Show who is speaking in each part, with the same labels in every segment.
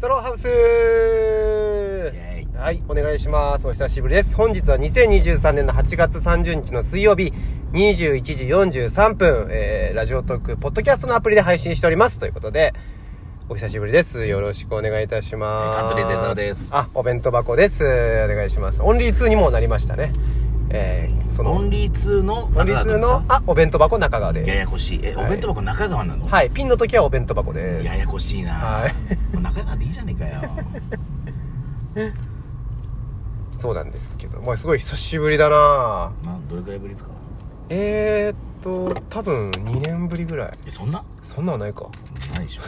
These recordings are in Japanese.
Speaker 1: ソロハウス
Speaker 2: イェイ
Speaker 1: はい、お願いします。お久しぶりです。本日は2023年の8月30日の水曜日、21時43分、えー、ラジオトーク、ポッドキャストのアプリで配信しております。ということで、お久しぶりです。よろしくお願いいたします。
Speaker 2: はいカントリーゼザーです
Speaker 1: あ、お弁当箱です。お願いします。オンリー2にもなりましたね。えー、その、
Speaker 2: オンリー2の
Speaker 1: オンリー2の、あ、お弁当箱中川です。
Speaker 2: ややこしいえ、
Speaker 1: はい
Speaker 2: お弁当箱中川なの
Speaker 1: はい、ピンの時はお弁当箱です。
Speaker 2: ややこしいな、
Speaker 1: はい
Speaker 2: もう中川でいいじゃね えかよ
Speaker 1: そうなんですけど、まあすごい久しぶりだな
Speaker 2: などれくらいぶりですか
Speaker 1: えー、っと、多分2年ぶりぐらい。
Speaker 2: えそんな
Speaker 1: そんなはないか。
Speaker 2: ないでしょ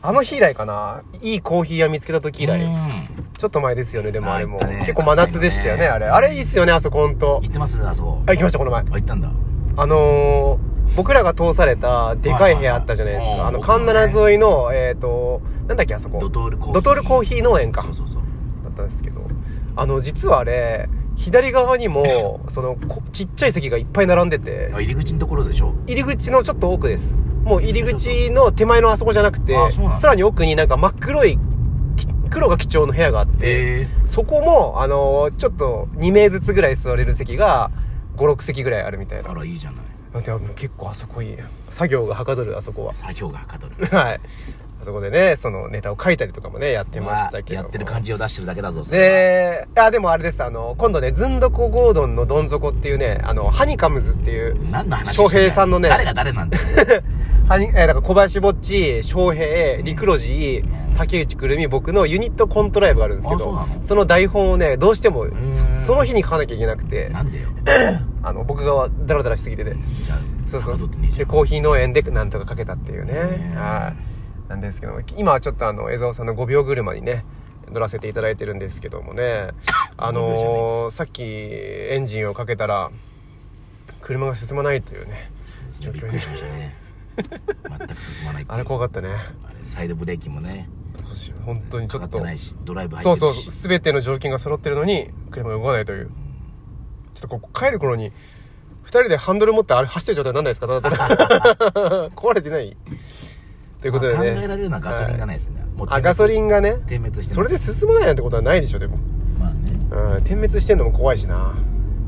Speaker 1: あの日以来かな。いいコーヒー屋見つけた時以
Speaker 2: うん
Speaker 1: 来。ちょっと前ですよね、でもあれも。
Speaker 2: あ行ったね
Speaker 1: 結構真夏でしたよね、あれ。あれいいっすよね、あそこほんと
Speaker 2: 行っ。てますあそこ
Speaker 1: あ、行きました、この前。
Speaker 2: あ行ったんだ
Speaker 1: あのー、僕らが通されたでかい部屋あったじゃないです
Speaker 2: はい
Speaker 1: か。
Speaker 2: は
Speaker 1: あ
Speaker 2: いはい
Speaker 1: の、カンナラ沿いの、えーっと、なんだっけ、あそこ。
Speaker 2: ドトールコーヒー
Speaker 1: ドトールコーヒー農園か
Speaker 2: そうそうそう
Speaker 1: だったんですけどあの実はあれ左側にもそのこちっちゃい席がいっぱい並んでて
Speaker 2: あ入り口のところでしょ
Speaker 1: 入り口のちょっと奥ですもう入り口の手前のあそこじゃなくて
Speaker 2: あそうなんだ
Speaker 1: さらに奥になんか真っ黒いき黒が基調の部屋があって
Speaker 2: え
Speaker 1: そこもあのちょっと2名ずつぐらい座れる席が56席ぐらいあるみたい
Speaker 2: ー、あ
Speaker 1: な
Speaker 2: らいいじゃない
Speaker 1: でも結構あそこいい作業がはかどるあそこは
Speaker 2: 作業がはかどる
Speaker 1: はいあそこでねそのネタを書いたりとかもねやってましたけど
Speaker 2: や
Speaker 1: も
Speaker 2: ってる感じを出してるだけだぞそれ
Speaker 1: で、あ、でもあれです、あの、今度ね、ずんどこゴードンのどん底っていうね、あの、ハニカムズっていう、
Speaker 2: 何の話してだ
Speaker 1: 翔
Speaker 2: よ
Speaker 1: 平さんのね
Speaker 2: 誰が誰なんだ よ
Speaker 1: ハニ、えーだから小林ぼっち、翔平、
Speaker 2: ん
Speaker 1: 陸路寺、竹内くるみ、僕のユニットコントライブがあるんですけ
Speaker 2: あそう
Speaker 1: ど
Speaker 2: な、の
Speaker 1: その台本をね、どうしても
Speaker 2: ん、
Speaker 1: そその日に書かなきゃいけなくて、
Speaker 2: なんでよ
Speaker 1: あの、僕がダラダラしすぎてて、
Speaker 2: じゃあ
Speaker 1: そうそ
Speaker 2: はかど
Speaker 1: う
Speaker 2: ってねえ。じゃ
Speaker 1: で、
Speaker 2: ん
Speaker 1: コーヒー農園でなんとかかけたっていうね。
Speaker 2: ね
Speaker 1: はい。なんですけども、今はちょっとあの、江蔵さんの5秒車にね、乗らせていただいてるんですけども ね。あのー、さっきエンジンをかけたら、車が進まないというね。
Speaker 2: いやびっくりしましたね全く進まないっていう
Speaker 1: あれ怖かったね。
Speaker 2: あれサイドブレーキもね
Speaker 1: どうしよう本当にち
Speaker 2: か
Speaker 1: ょ
Speaker 2: か
Speaker 1: っ
Speaker 2: って
Speaker 1: と
Speaker 2: な。いしドライブ入
Speaker 1: そう
Speaker 2: って
Speaker 1: そ
Speaker 2: る
Speaker 1: う、
Speaker 2: し
Speaker 1: すべての条件が揃ってるのに、車が動かないという。ちょっとここ帰る頃に、二人でハンドル持ってあれ走ってる状態になんないですか ただただ壊れてないということでね。
Speaker 2: まあ考えられるのはガソリンがないですね、もう
Speaker 1: あガソリ
Speaker 2: ン
Speaker 1: ンがね
Speaker 2: 点滅して
Speaker 1: そ
Speaker 2: ます
Speaker 1: れで進まないなんてことはないでしょでも、
Speaker 2: まあね
Speaker 1: うん、点滅してんのも怖いしな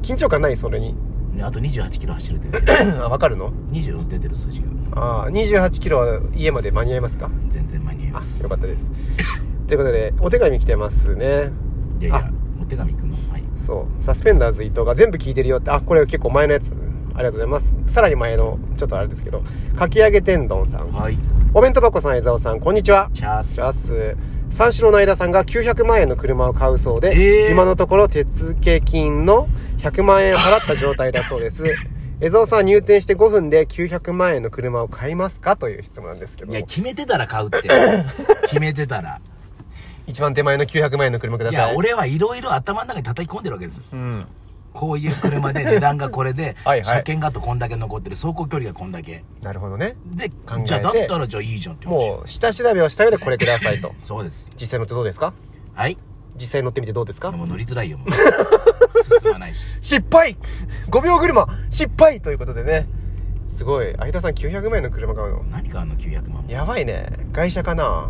Speaker 1: 緊張感ないそれに
Speaker 2: ねあと2 8キロ走るってね
Speaker 1: あ分かるの
Speaker 2: 24出てる数字が
Speaker 1: ああ2 8キロは家まで間に合いますか
Speaker 2: 全然間に合いま
Speaker 1: あ
Speaker 2: す
Speaker 1: よかったですということでお手紙来てますね
Speaker 2: いやいや
Speaker 1: あ
Speaker 2: お手紙くんのはい
Speaker 1: そうサスペンダーズ伊藤が全部聞いてるよってあこれ結構前のやつありがとうございますさらに前のちょっとあれですけどかき揚げ天丼さん
Speaker 2: はい
Speaker 1: お弁当箱さん江沢さんこんにちは
Speaker 2: チャース
Speaker 1: します三四郎の間さんが900万円の車を買うそうで、
Speaker 2: えー
Speaker 1: 今のところ手付金の100万円払った状態だそう です江蔵さんは入店して5分で900万円の車を買いますかという質問なんですけど
Speaker 2: いや決めてたら買 うって決めてたら
Speaker 1: 一番手前の900万円の車くだ
Speaker 2: い
Speaker 1: さい
Speaker 2: や俺はいろいろ頭の中に叩き込んでるわけですよ
Speaker 1: うん
Speaker 2: こういう車で値段がこれで
Speaker 1: はいはい
Speaker 2: 車検があとこんだけ残ってる走行距離がこんだけ
Speaker 1: なるほどね
Speaker 2: で
Speaker 1: えて
Speaker 2: じゃあだったらじゃあいいじゃんって話
Speaker 1: もう下調べをした上でこれくださ いと
Speaker 2: そうです
Speaker 1: 実際乗ってどうですか
Speaker 2: はい
Speaker 1: 実際乗ってみてどうですか
Speaker 2: もう乗りづらいよ もう進まないし
Speaker 1: 失敗 !5 秒車失敗ということでねすごい相田さん900万円の車買うの
Speaker 2: 何かあの900万も
Speaker 1: やばいね外車かな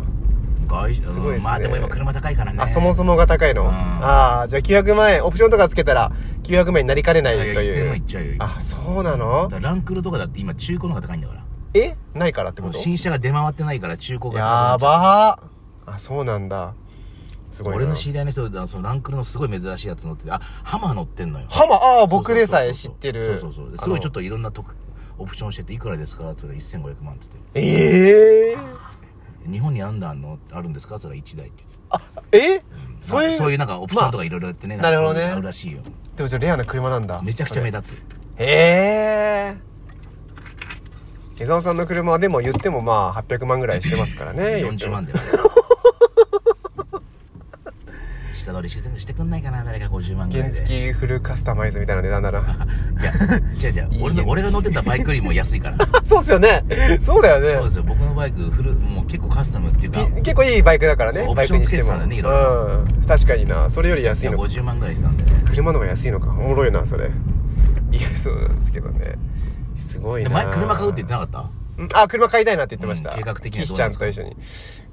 Speaker 2: 外
Speaker 1: すごいですね
Speaker 2: うんまあでも今車高いからね
Speaker 1: あ、そもそもが高いの。
Speaker 2: うん
Speaker 1: ああ、じゃあ900万円、オプションとかつけたら、900万円になりかねないと
Speaker 2: いやいや1000
Speaker 1: い
Speaker 2: 万いうっ。ちゃうよ
Speaker 1: あ、そうなの
Speaker 2: だからランクルとかだって今中古の方が高いんだから
Speaker 1: えないからって
Speaker 2: も
Speaker 1: こ
Speaker 2: う
Speaker 1: と
Speaker 2: 新車が出回ってないから中古が
Speaker 1: や
Speaker 2: 高くなっ
Speaker 1: ばーあ、そうなんだ。す
Speaker 2: ちゃ
Speaker 1: ご
Speaker 2: う
Speaker 1: いな。
Speaker 2: 俺の知り合いの人でそのランクルのすごい珍しいやつ乗っててあハマー乗ってんのよ
Speaker 1: ハマ、ああ、
Speaker 2: そうそうそうそう
Speaker 1: 僕でさえ知ってる。
Speaker 2: そうそうそうすごいちょっ
Speaker 1: と。
Speaker 2: といろんな特オプションしてていくらですかそれ1500万っつって
Speaker 1: ええー。
Speaker 2: 日本にあんだあんのあるんですかそれ1台って言っ
Speaker 1: え
Speaker 2: てなんか
Speaker 1: そういう。
Speaker 2: そういうなんかオプションと
Speaker 1: ま
Speaker 2: かいろいろやってね、
Speaker 1: まあ
Speaker 2: んかそうい
Speaker 1: な
Speaker 2: う
Speaker 1: るほどね
Speaker 2: あるらしいよ
Speaker 1: あでもじゃあレアな車なんだ。
Speaker 2: めちゃくちゃ目
Speaker 1: だ。
Speaker 2: 立つ
Speaker 1: へえー。江沢さんの車はでも言ってもまあ800万ぐらいしてますから ね。言って
Speaker 2: 40
Speaker 1: も
Speaker 2: 万だよ下取りしてしてくんないかな誰か50万ぐら
Speaker 1: 原
Speaker 2: いで
Speaker 1: 付フルカスタマイズみたいな値段だな。
Speaker 2: いや違う違う俺
Speaker 1: いいや
Speaker 2: の
Speaker 1: つ
Speaker 2: 俺が乗ってたバイクよりも安いから
Speaker 1: そうっすよ ね。そうだよ
Speaker 2: そうで
Speaker 1: ね。
Speaker 2: すよ僕のバイクフルもう結構カスタムっていうか
Speaker 1: き結構いいバイクだから
Speaker 2: そ
Speaker 1: ね
Speaker 2: う。オ
Speaker 1: バ
Speaker 2: プ
Speaker 1: イク
Speaker 2: ション
Speaker 1: に
Speaker 2: つ
Speaker 1: し
Speaker 2: け
Speaker 1: て
Speaker 2: て
Speaker 1: も。
Speaker 2: た
Speaker 1: う
Speaker 2: らねいろ
Speaker 1: ん。確かにな。それより安
Speaker 2: い
Speaker 1: い
Speaker 2: や
Speaker 1: のか。
Speaker 2: 50万ぐらいしたんでね
Speaker 1: 車の方が安いのか。おもろいな、それ。いや、そうなんですけどね。すごい
Speaker 2: で
Speaker 1: な。
Speaker 2: 前車買うって言ってなかっ
Speaker 1: うんあ、車買いたいなって言ってました。
Speaker 2: うん計画的にはど
Speaker 1: 岸
Speaker 2: う
Speaker 1: ち
Speaker 2: な
Speaker 1: ゃん
Speaker 2: んです
Speaker 1: と
Speaker 2: か
Speaker 1: 一緒に。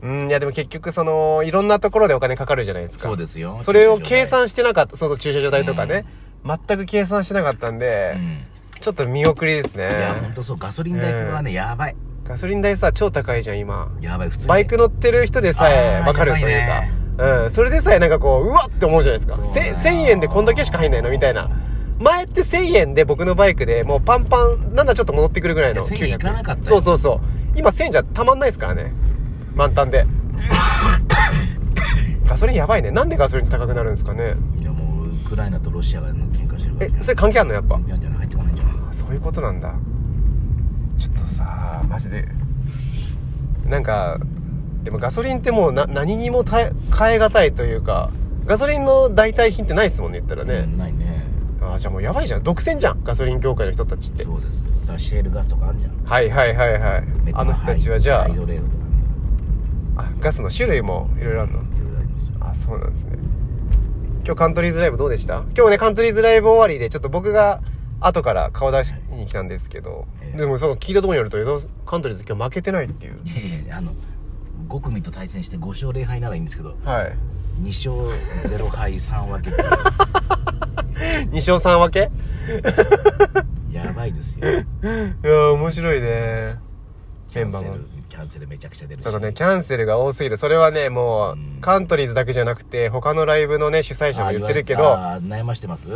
Speaker 1: うん、いやでも結局その、いろんなところでお金かかるじゃないですか。
Speaker 2: そうですよ
Speaker 1: それを
Speaker 2: 駐車場代
Speaker 1: 計算してなかった、そうそう、駐車場代とかね。全く計算してなかったんで、
Speaker 2: うん
Speaker 1: ちょっと見送りです
Speaker 2: いや本
Speaker 1: ね。
Speaker 2: 当そうガソリン代がね、やばい
Speaker 1: ガソリン代さ、超高いじゃん、今。
Speaker 2: やばい普通に
Speaker 1: バイク乗ってる人でさえ
Speaker 2: あー
Speaker 1: 分かるというか、
Speaker 2: やばいね
Speaker 1: うん、それでさえなんかこう、うわって思うじゃないですか。
Speaker 2: そう
Speaker 1: せ
Speaker 2: だよ
Speaker 1: 1000円でこんだけしか入んないのみたいな。前って1000円で僕のバイクでもうパンパン、なんだちょっと戻ってくるぐらいの
Speaker 2: いや1000円いかなかったよ
Speaker 1: そうそうそう。今1000円じゃたまんないですからね。満タン で。ガソリンやばいね。なんでガソリン高くなるんですかね。
Speaker 2: いやもうウクライナとロシアが喧嘩してるか
Speaker 1: え
Speaker 2: ら、
Speaker 1: それ関係あんのやっぱ
Speaker 2: 関。係あるんじゃない入ってこないんじゃない
Speaker 1: そういうことなんだちょっとさマジでなんかでもガソリンってもうな何にも耐え変え難いというかガソリンの代替品ってないですもんね言ったら
Speaker 2: う
Speaker 1: ね、
Speaker 2: んないね
Speaker 1: あーじゃあもうやばいじゃん独占じゃんガソリン業界の人たちって
Speaker 2: そうですだからシェールガスとかあんじゃん
Speaker 1: はいはいはいはい
Speaker 2: メタ
Speaker 1: あ
Speaker 2: ン
Speaker 1: の人たちはじゃ
Speaker 2: ハイドレードとかね
Speaker 1: ああガスの種類もいろいろあるの
Speaker 2: いろいろありますよ
Speaker 1: あそうなんですね今日カントリーズライブどうでした今日ねカントリーズライブ終わりでちょっと僕が後から顔出しに来たんですけど、
Speaker 2: ええ
Speaker 1: でもその聞いたところによると江戸カントリーズ今日負けてないっていう
Speaker 2: いやいやいやあの5組と対戦して5勝0敗ならいいんですけど
Speaker 1: はい
Speaker 2: 2勝0敗3分けって
Speaker 1: 2勝3分け
Speaker 2: いうやばい ですよ
Speaker 1: いやー面白いね
Speaker 2: キ
Speaker 1: メ
Speaker 2: ャ
Speaker 1: ン
Speaker 2: ン
Speaker 1: バ
Speaker 2: セル
Speaker 1: ーも
Speaker 2: キャンセルめちゃくちゃ出るし
Speaker 1: だからねキャンセルが多すぎるそれはねもう、
Speaker 2: うん
Speaker 1: カントリーズだけじゃなくて他のライブのね主催者も言ってるけ
Speaker 2: あ
Speaker 1: ど
Speaker 2: あ悩ましてます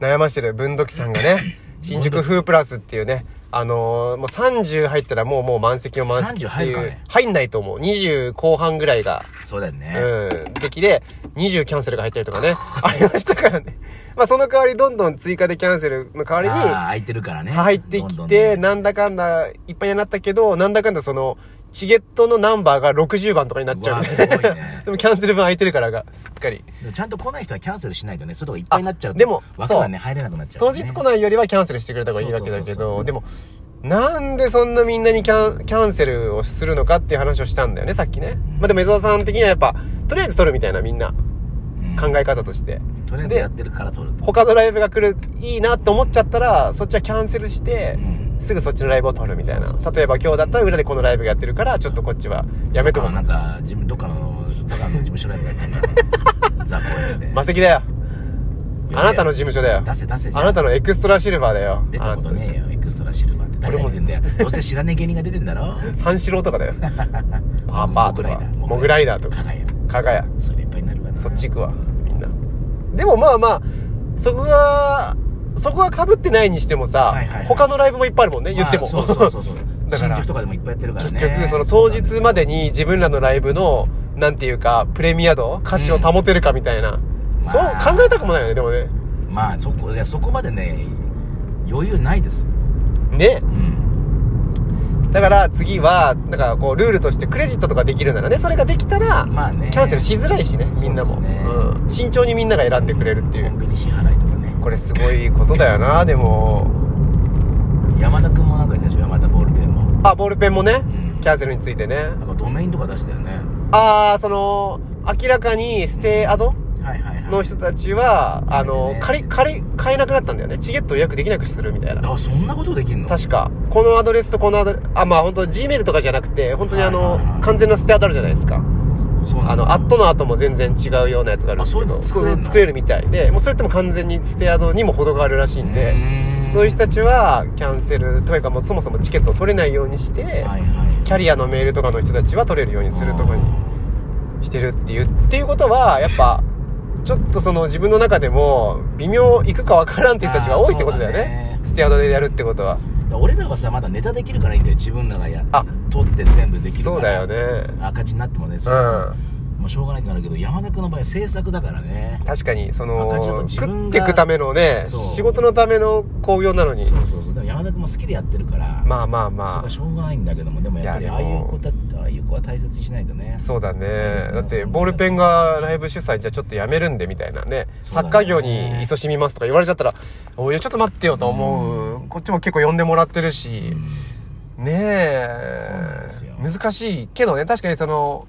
Speaker 1: 悩ましてる文土器さんが ね新宿風プラスっていうねあのーもう30入ったらもうもう満席を満席ってい
Speaker 2: 30入る
Speaker 1: う
Speaker 2: かね
Speaker 1: 入んないと思う20後半ぐらいが
Speaker 2: そうだよね、
Speaker 1: うん、出来で、20キャンセルが入ったりとか ね、ありましたからね。まあ、その代わりどんどん追加でキャンセルの代
Speaker 2: あー
Speaker 1: わ
Speaker 2: 空いてるから
Speaker 1: り
Speaker 2: ね
Speaker 1: に、入ってき
Speaker 2: どんどん
Speaker 1: て、
Speaker 2: ね
Speaker 1: なんだかんだいっぱいになったけど、なんだかんだその、チゲットのナンバーが60番とかになっちゃうん
Speaker 2: うわすごいね
Speaker 1: でもキャンセル分空いてるからが、すっかり。
Speaker 2: でもちゃんと来ない人はキャンセルしないとね外がいっぱいになっちゃう
Speaker 1: あ
Speaker 2: と
Speaker 1: でも
Speaker 2: 枠がね入れなくなっちゃう
Speaker 1: 当
Speaker 2: からね、
Speaker 1: 日来ないよりはキャンセルしてくれた方がいいわけだけ
Speaker 2: そうそうそうそ
Speaker 1: ど、
Speaker 2: う
Speaker 1: でも、なんでそんなみんなにキャンキャンセルをするのかっていう話をしたんだよね、さっきね。まあ、でも、江沢さん的にはやっぱ、とりあえず撮るみたいな、みんな。
Speaker 2: うん
Speaker 1: 考え方として。
Speaker 2: とりあえずやってるから撮ると、
Speaker 1: 他のライブが来るいいなって思っちゃったらそっちはキャンセルして、
Speaker 2: うん
Speaker 1: すぐそっちのライブを撮るみたいな
Speaker 2: そうそうそう
Speaker 1: 例えば今日だったら裏でこのライブやってるからちょっとこっちはやめとこう
Speaker 2: なんか自分どっかのどっかの事務所ライブやってん だからザ・高円寺で
Speaker 1: マセキだよ
Speaker 2: いや
Speaker 1: あなたの事務所だよ
Speaker 2: 出せ出せじゃ
Speaker 1: あ
Speaker 2: ん
Speaker 1: なたのエクストラシルバーだよ
Speaker 2: 出たことねえよエクストラシルバーって誰が出てんだよどうせ知らねえ芸人が出てんだろ
Speaker 1: あんた三四郎とか だよパーパーとかモグライダーとか
Speaker 2: 加賀屋
Speaker 1: 加賀屋
Speaker 2: それいっぱいになるわな
Speaker 1: そっち行くわみんなでもまあまあそこがそこがかぶってないにしてもさ、
Speaker 2: はいはいはい
Speaker 1: 他のライブもいっぱいあるもんね、言っても
Speaker 2: まあそうそう そうそう
Speaker 1: だから
Speaker 2: 新宿とかでもいっぱいやってるから
Speaker 1: 結
Speaker 2: ね
Speaker 1: 局その当日までに自分らのライブのなんていうかプレミア度価値を保てるかみたいな、
Speaker 2: ん
Speaker 1: そう
Speaker 2: まあ
Speaker 1: 考えたくもないよねでもね
Speaker 2: まあそこいやそこまでね余裕ないですよ
Speaker 1: ね
Speaker 2: うん
Speaker 1: だから次はなんかこうルールとしてクレジットとかできるならねそれができたら、
Speaker 2: まあね
Speaker 1: キャンセルしづらいしねみんなも
Speaker 2: そうですね
Speaker 1: うん、慎重にみんなが選んでくれるってい
Speaker 2: コ
Speaker 1: う
Speaker 2: ンビニ支払いとかね
Speaker 1: これすごいことだよなでも
Speaker 2: 山田君もなんか言ってたでしょ山田ボールペンも
Speaker 1: あボールペンもね、
Speaker 2: うん
Speaker 1: キャンセルについてね
Speaker 2: なんかドメインとか出してたよね
Speaker 1: ああその明らかにステイアド
Speaker 2: はいはいはい
Speaker 1: の人たちは、あの、
Speaker 2: ね
Speaker 1: 借り、借り、買えなくなったんだよね。チケットを予約できなくするみたいな。
Speaker 2: あそんなことできんの
Speaker 1: 確か、このアドレスとこのアドレス、あ、まあ本当 Gmail とかじゃなくて、本当にあ
Speaker 2: はい
Speaker 1: の
Speaker 2: はいは、い
Speaker 1: 完全なステアドあるじゃないですか。
Speaker 2: そうな
Speaker 1: あ
Speaker 2: んだ
Speaker 1: の、アットの後も全然違うようなやつがあるんですけど、
Speaker 2: あそういうの作れんの
Speaker 1: 作れるみたいで、もうそれっても完全にステアドにも程があるらしいん
Speaker 2: う
Speaker 1: で、
Speaker 2: ーん
Speaker 1: そういう人たちはキャンセル、というかもうそもそもチケットを取れないようにして、
Speaker 2: はいはい
Speaker 1: キャリアのメールとかの人たちは取れるようにするとかにしてるっていうっていうことはやっぱちょっとその自分の中でも微妙行くかわからんっていう人たちが多いってことだよね
Speaker 2: あーそうだね
Speaker 1: ステアドでやるってことは
Speaker 2: あー俺らはさまだネタできるからいいんだよ自分らがや
Speaker 1: あ
Speaker 2: 取って全部できるから
Speaker 1: そうだよね
Speaker 2: 赤字になってもね
Speaker 1: う
Speaker 2: それ
Speaker 1: ん
Speaker 2: もうしょうがないってなるけど山田君の場合は制作だからね
Speaker 1: 確かにそ
Speaker 2: 赤字だと
Speaker 1: の
Speaker 2: 自分
Speaker 1: 食
Speaker 2: が
Speaker 1: ってくためのね
Speaker 2: そう
Speaker 1: 仕事のための興行なのに
Speaker 2: そうそうそうでも山田君も好きでやってるから
Speaker 1: まあまあ
Speaker 2: それ
Speaker 1: ま
Speaker 2: はしょうがないんだけどもでもやっぱり
Speaker 1: いや
Speaker 2: ああ
Speaker 1: でも
Speaker 2: いう子たああいう子は大切にしないとね
Speaker 1: あそうだね
Speaker 2: そう
Speaker 1: だってボールペンがライブ主催じゃちょっとやめるんでみたいなね
Speaker 2: そうだ
Speaker 1: 作
Speaker 2: ね
Speaker 1: 家業に勤しみますとか言われちゃったら「おいちょっと待ってよ」と思うこっちも結構呼んでもらってる
Speaker 2: う
Speaker 1: し
Speaker 2: ん
Speaker 1: ね
Speaker 2: そうなん
Speaker 1: え
Speaker 2: ですよ
Speaker 1: 難しいけどね確かにその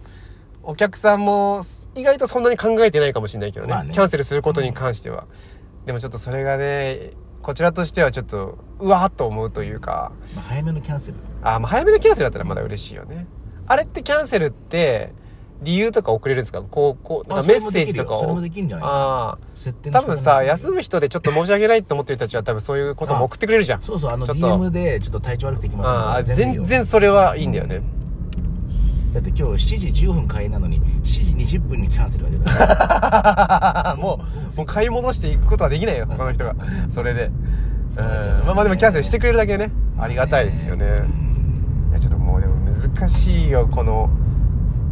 Speaker 1: お客さんも意外とそんなに考えてないかもしれないけどね,、
Speaker 2: まあね
Speaker 1: キャンセルすることに関しては、でもちょっとそれがねこちらとしてはちょっとうわーっと思うというか
Speaker 2: まあ、早めのキャンセル
Speaker 1: あーまあ早めのキャンセルだったらまだ嬉しいよねあれってキャンセルって理由とか送れるんですかこうこうなんかメッセージとか
Speaker 2: それも
Speaker 1: を
Speaker 2: できるよそれもできるんじゃない
Speaker 1: ああ
Speaker 2: 設定の
Speaker 1: 多
Speaker 2: 仕方
Speaker 1: 分さ
Speaker 2: も
Speaker 1: 休む人でちょっと申し訳ないって思ってる人たちは多分そういうことも送ってくれるじゃん
Speaker 2: そうそうあの
Speaker 1: ちょっと
Speaker 2: DM でちょっと体調悪くて行き
Speaker 1: ああ
Speaker 2: ます
Speaker 1: 全
Speaker 2: だ
Speaker 1: 然それはいいんだよね、
Speaker 2: って今日7時10分開演なのに7時20分にキャンセルが出た
Speaker 1: もうもう買い戻していくことはできないよ他の人がそれで、うん、
Speaker 2: そうなっちゃうね
Speaker 1: まあまあでもキャンセルしてくれるだけねありがたいですよね
Speaker 2: うん
Speaker 1: いやちょっともうでも難しいよこの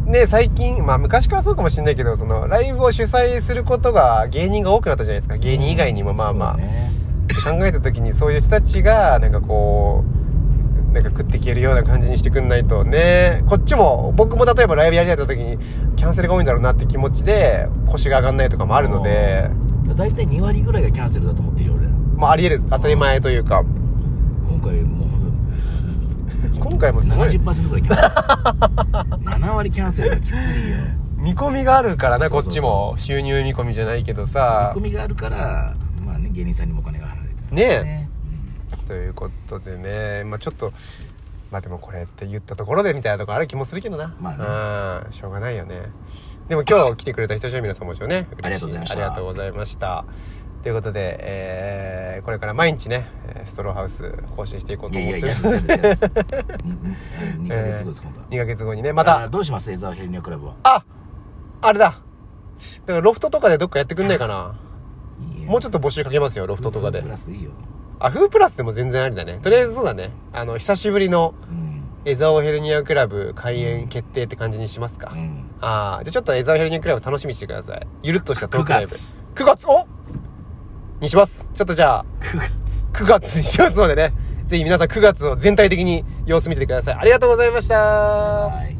Speaker 1: ね最近まあ昔からそうかもしれないけどそのライブを主催することが芸人が多くなったじゃないですか芸人以外にもまあまあ、
Speaker 2: そうだね
Speaker 1: 考えた時にそういう人たちがなんかこうなんか食っていけるような感じにしてくんないとねこっちも僕も例えばライブやりたいって時にキャンセルが多いんだろうなって気持ちで腰が上がんないとかもあるので
Speaker 2: 大体2割ぐらいがキャンセルだと思ってるよ俺ら
Speaker 1: まああり得る当たり前というか
Speaker 2: 今回もうほんと
Speaker 1: 今回もすごい
Speaker 2: 70%ぐらいキャンセル7割キャンセルがきつ いよ
Speaker 1: 見込みがあるからな
Speaker 2: そ
Speaker 1: こ
Speaker 2: う
Speaker 1: っ
Speaker 2: そう
Speaker 1: ち
Speaker 2: そう
Speaker 1: も収入見込みじゃないけどさ
Speaker 2: 見込みがあるからまあね芸人さんにもお金が払われてる
Speaker 1: ねえ
Speaker 2: ね
Speaker 1: ということでねまあちょっとまあでもこれって言ったところでみたいなとこある気もするけどな
Speaker 2: まあね
Speaker 1: うんしょうがないよねでも今日来てくれた人たちの皆様もちろんね嬉しい
Speaker 2: ありがとうございました
Speaker 1: ありがとうございましたということで、えーこれから毎日ねえーストローハウス更新していこう
Speaker 2: い
Speaker 1: と
Speaker 2: や
Speaker 1: 思っ
Speaker 2: いや
Speaker 1: て
Speaker 2: い
Speaker 1: る
Speaker 2: や 2ヶ月後です今
Speaker 1: 2
Speaker 2: 回
Speaker 1: ヶ月後にねまた
Speaker 2: あどうします江沢ヘルニアクラブは
Speaker 1: ああれだだからロフトとかでどっかやってくんないかなもうちょっ
Speaker 2: っ
Speaker 1: と募集かけますよロ
Speaker 2: と
Speaker 1: フトとかで
Speaker 2: プラスいいよ
Speaker 1: あフープラスでも全然ありだねとりあえずそうだねあの久しぶりの
Speaker 2: うん
Speaker 1: エザオヘルニアクラブ開演決定って感じにしますか、
Speaker 2: うん
Speaker 1: ああじゃあちょっとエザオヘルニアクラブ楽しみにしてくださいゆるっとしたトークライブ
Speaker 2: 9月
Speaker 1: 9月おにしますちょっとじゃあ
Speaker 2: 9月
Speaker 1: 9月にしますのでねぜひ皆さん9月を全体的に様子見ててくださいありがとうございました
Speaker 2: はい